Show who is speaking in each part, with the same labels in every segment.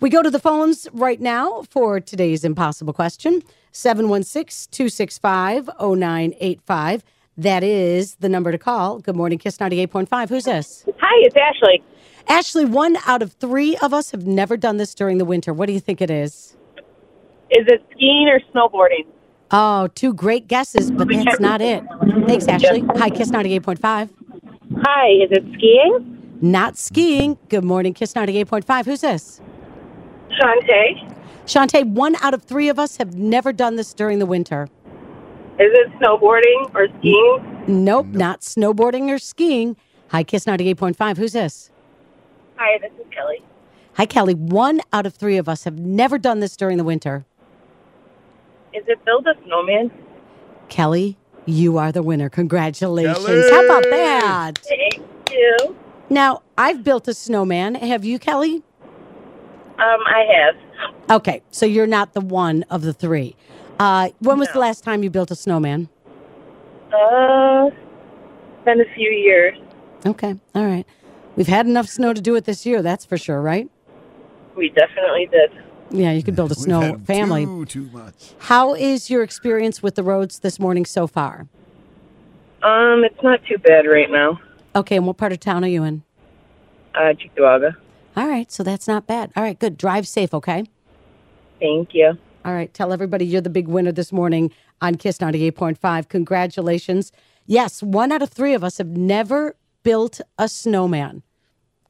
Speaker 1: We go to the phones right now for today's impossible question 716 265 0985. That is the number to call. Good morning, Kiss 98.5. Who's this?
Speaker 2: Hi, it's Ashley.
Speaker 1: Ashley, one out of three of us have never done this during the winter. What do you think it is?
Speaker 2: Is it skiing or snowboarding?
Speaker 1: Oh, two great guesses, but that's not it. Thanks, Ashley. Hi, Kiss 98.5.
Speaker 2: Hi, is it skiing?
Speaker 1: Not skiing. Good morning, Kiss 98.5. Who's this?
Speaker 2: Shantae.
Speaker 1: Shantae, one out of three of us have never done this during the winter.
Speaker 2: Is it snowboarding or skiing?
Speaker 1: Nope, not snowboarding or skiing. Hi, Kiss 98.5. Who's this?
Speaker 2: Hi, this is Kelly.
Speaker 1: Hi, Kelly. One out of three of us have never done this during the winter.
Speaker 2: Is it build a snowman?
Speaker 1: Kelly, you are the winner. Congratulations. How about
Speaker 3: Kelly!
Speaker 1: that?
Speaker 2: Thank you.
Speaker 1: Now, I've built a snowman. Have you, Kelly?
Speaker 2: Um, I have.
Speaker 1: Okay, so you're not the one of the three. Uh, when was the
Speaker 2: No.
Speaker 1: last time you built a snowman?
Speaker 2: Uh, it's been a few years.
Speaker 1: Okay, all right. We've had enough snow to do it this year, that's for sure, right?
Speaker 2: We definitely did.
Speaker 1: Yeah, you could build a
Speaker 3: We've
Speaker 1: snow
Speaker 3: had
Speaker 1: family.
Speaker 3: Too, too much.
Speaker 1: How is your experience with the roads this morning so far?
Speaker 2: Um, it's not too bad right now.
Speaker 1: Okay, and what part of town are you in?
Speaker 2: Uh, Chickawaga.
Speaker 1: All right, so that's not bad. All right, good. Drive safe, okay?
Speaker 2: Thank you.
Speaker 1: All right, tell everybody you're the big winner this morning on Kiss 98.5. Congratulations. Yes, one out of three of us have never built a snowman.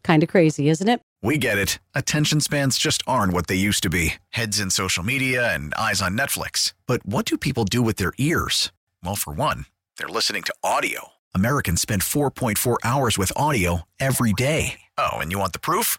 Speaker 1: Kind of crazy, isn't it?
Speaker 4: We get it. Attention spans just aren't what they used to be heads in social media and eyes on Netflix. But what do people do with their ears? Well, for one, they're listening to audio. Americans spend 4.4 hours with audio every day. Oh, and you want the proof?